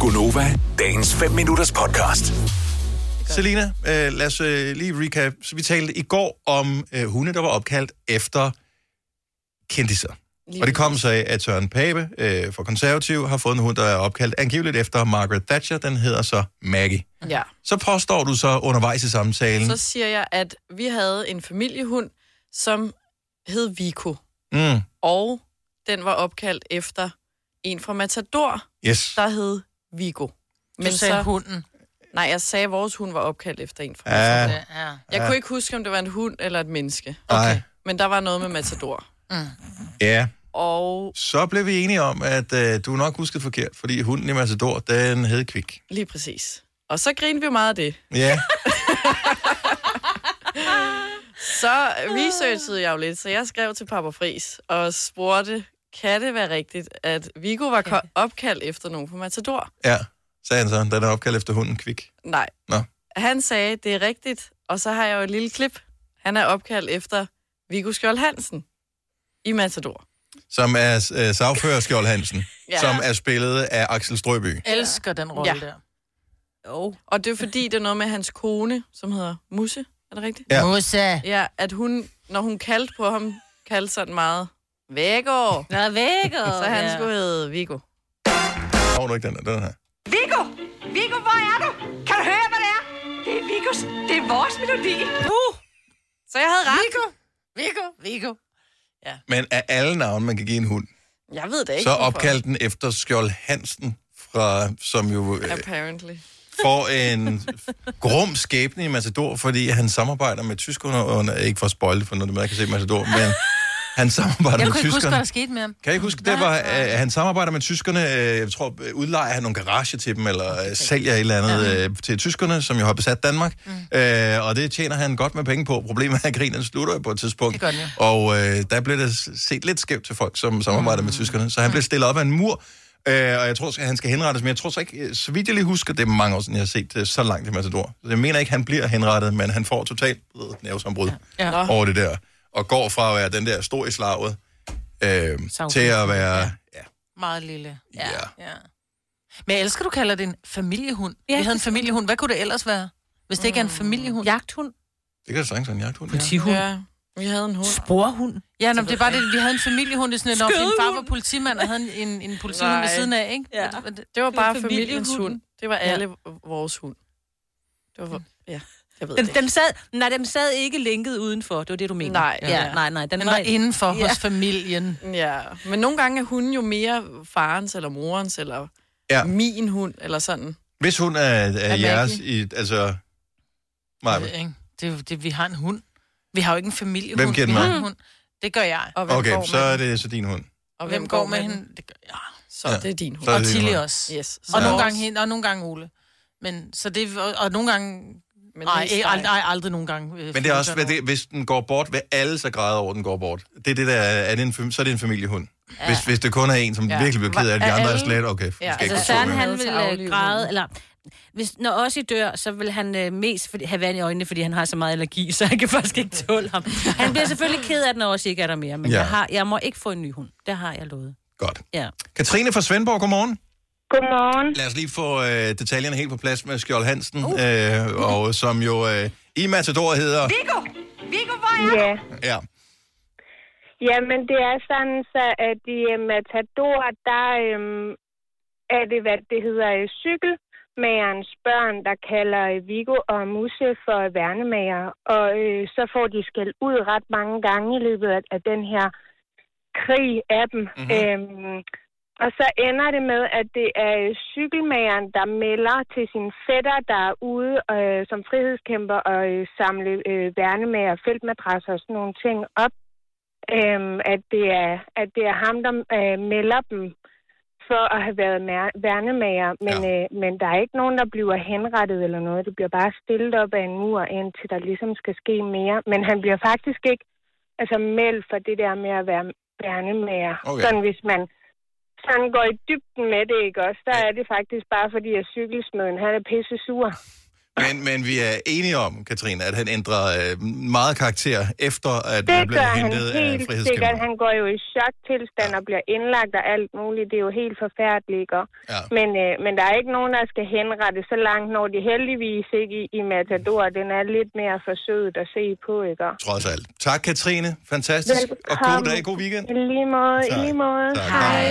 Gunova, dagens 5 minutters podcast. Selina, øh, lad os øh, lige recap. Så vi talte i går om øh, hunde, der var opkaldt efter kendiser. Lige og det kom præcis. så af, at Søren Pape øh, fra Konservativ har fået en hund, der er opkaldt angiveligt efter Margaret Thatcher. Den hedder så Maggie. Ja. Så påstår du så undervejs i samtalen, Så siger jeg, at vi havde en familiehund, som hed Vico, mm, og den var opkaldt efter en fra Matador, yes, der hed Vigo. Men du sagde så... hunden. Nej, jeg sagde, at vores hund var opkaldt efter en fra Matador. ja, Ja. ja. Jeg kunne ikke huske, om det var en hund eller et menneske. okay. Men der var noget med Matador. ja, Og så blev vi enige om, at øh, du nok huskede forkert, fordi hunden i Matador, den hed Kvik. lige præcis. Og så grinede vi meget af det. Ja, Så researchede jeg jo lidt, så jeg skrev til Papa Fris og spurgte, kan det være rigtigt, at Vigo var ko- opkaldt efter nogen på Matador? ja, sagde han så. Den er opkaldt efter hunden Kvik. Nej. Nå. Han sagde, det er rigtigt, og så har jeg jo et lille klip. Han er opkaldt efter Viggo Skjold Hansen i Matador. som er øh, sagfører Skjold Hansen, ja. Ja. som er spillet af Axel Strøby. Elsker den rolle Ja. ja. der. Og det er fordi, det er noget med hans kone, som hedder Musse, er det rigtigt? Ja. Musa. Ja, at hun, når hun kaldte på ham, kaldte sådan meget, Vægård! Nå, vækker. Så han ja. skulle hedde Viggo. Har du ikke den der? Den her. Viggo! Viggo, hvor er du? Kan du høre, hvad det er? Det er Viggos. Det er vores melodi. Så jeg havde ret. Viggo. Viggo. Viggo. Men af alle navne, man kan give en hund, Jeg ved det ikke. så hvorfor. opkald den efter Skjold Hansen, fra, som jo øh, Apparently. får en grum skæbne i Matador, fordi han samarbejder med tyskerne, under, ikke for at spoil det, for noget, man kan se Matador, men han samarbejder Jeg med kunne ikke huske, tyskerne. hvad der skete med ham. Kan I ikke huske, det var, øh, han samarbejder med tyskerne, øh, jeg tror, øh, udlejer han nogle garager til dem, eller øh, sælger et eller andet øh, til tyskerne, som jo har besat Danmark, øh, og det tjener han godt med penge på. Problemet er, at grinen slutter jo på et tidspunkt, Det gør den og øh, der blev det s- set lidt skævt til folk, som samarbejder med tyskerne, så han blev stillet op af en mur, øh, og jeg tror, at han skal henrettes, men jeg tror så ikke, øh, så vidt jeg lige husker, det er mange år siden, jeg har set øh, så langt i Matador. Så jeg mener ikke, han bliver henrettet, men han får totalt øh, nervesambrud Ja. ja. over det der, og går fra at være den der stor i slaget, øh, Savfuld. til at være... Ja. Meget lille. Ja. ja. Men jeg elsker, du kalder det en familiehund. Ja. Ja. Vi havde en familiehund. Hvad kunne det ellers være? Hvis det ikke er en familiehund. Jagthund. Det kan da sagtens være en jagthund. Ja. Politihund. Ja, vi havde en hund. Sporhund. ja nå, men det er bare det, vi havde en familiehund. Det er sådan, at når din far var politimand, og havde en, en, en politimand ved Nej. siden af, ikke? Ja. Men det- Det var bare Eller familiens familiehunden. hund. Det var alle vores hund. Det var, ja, jeg ved Den, det ikke. dem sad, nej, dem sad ikke linket udenfor. Det var det, du mener. Nej, ja. ja. ja nej, nej. Den, Den var, var indenfor ja. Ja. hos familien. Ja, men nogle gange er hunden jo mere farens eller morens eller Ja. ja. min hund eller sådan. Hvis hun er, er Maggie. jeres i... Altså... Nej, Det, Øh, ikke? Det, det, vi har en hund. Vi har jo ikke en familiehund. Hvem giver den vi har mad? en hund. Det gør jeg. Og hvem okay, går så med er den? det så din hund. Og Og hvem går med hende? Det gør jeg. Så Ja. ja. det er din hund. Så er Og det din Tilly hund. også. Yes. Og Ja. nogle vores, gange hende, og nogle gange Ole. Men, så det, og, og nogle gange... men Nej, mest ald, dig. ej, aldrig nogle gange. Øh, Men det er også, hvad det, hvis den går bort, vil alle så græde over, at den går bort. Det er det der, er det en, fam- så er det en familiehund. Ja. Hvis, hvis det kun er en, som ja. Ja. virkelig bliver ked af, det, de Er andre er alle- slet, okay, ja, Ja, skal altså altså, gå altså, ikke Søren, Søren, Søren, med. han Til ville at aflive øh, græde, hunden. eller... Hvis, når Ossi dør, så vil han øh, mest fordi, have vand i øjnene, fordi han har så meget allergi, så han kan faktisk ikke tåle ham. Han bliver selvfølgelig ked af, det, når Ossi ikke er der mere, men Ja. ja. jeg, har, jeg må ikke få en ny hund. Det har jeg lovet. Godt. Ja. Katrine fra Svendborg, godmorgen. Godmorgen. Lad os lige få øh, detaljerne helt på plads med Skjold Hansen, uh. øh, og som jo øh, i Matador hedder... Viggo! Viggo, hvor er du? Ja. Ja. ja, men det er sådan, så at i øh, Matador, der øhm, er det, hvad det hedder, øh, cykelmagerens børn, der kalder øh, Vigo og Musse for værnemager. Og øh, så får de skæld ud ret mange gange i løbet af, af den her krig af dem. Mhm. Mm-hmm. Øhm, og så ender det med, at det er øh, cykelmageren, der melder til sin fætter, der er ude øh, som frihedskæmper og øh, samle øh, værnemager, feltmadrasser og sådan nogle ting op. Øhm, at, det er, at det er ham, der øh, melder dem for at have været mær- værnemager. Men, Ja. ja. øh, men der er ikke nogen, der bliver henrettet eller noget. Det bliver bare stillet op af en mur, indtil der ligesom skal ske mere. Men han bliver faktisk ikke altså, meldt for det der med at være værnemager. Okay. Sådan hvis man sådan går i dybden med det, ikke også? Der er det faktisk bare fordi, at cykelsmeden, han er pisse sur. Men, men vi er enige om, Katrine, at han ændrer øh, meget karakter, efter at Det han blev gør han hentet af helt sikkert. frihedskæmper. Han går jo i choktilstand og bliver indlagt og alt muligt. Det er jo helt forfærdeligt, ikke? Ja. Men, øh, men der er ikke nogen, der skal henrette så langt, når de heldigvis ikke i, i Matador. Den er lidt mere forsøget at se på, ikke? Trods alt. Tak, Katrine. Fantastisk. Og god dag, god weekend. I lige måde, i Tak. lige måde. Tak. Hej.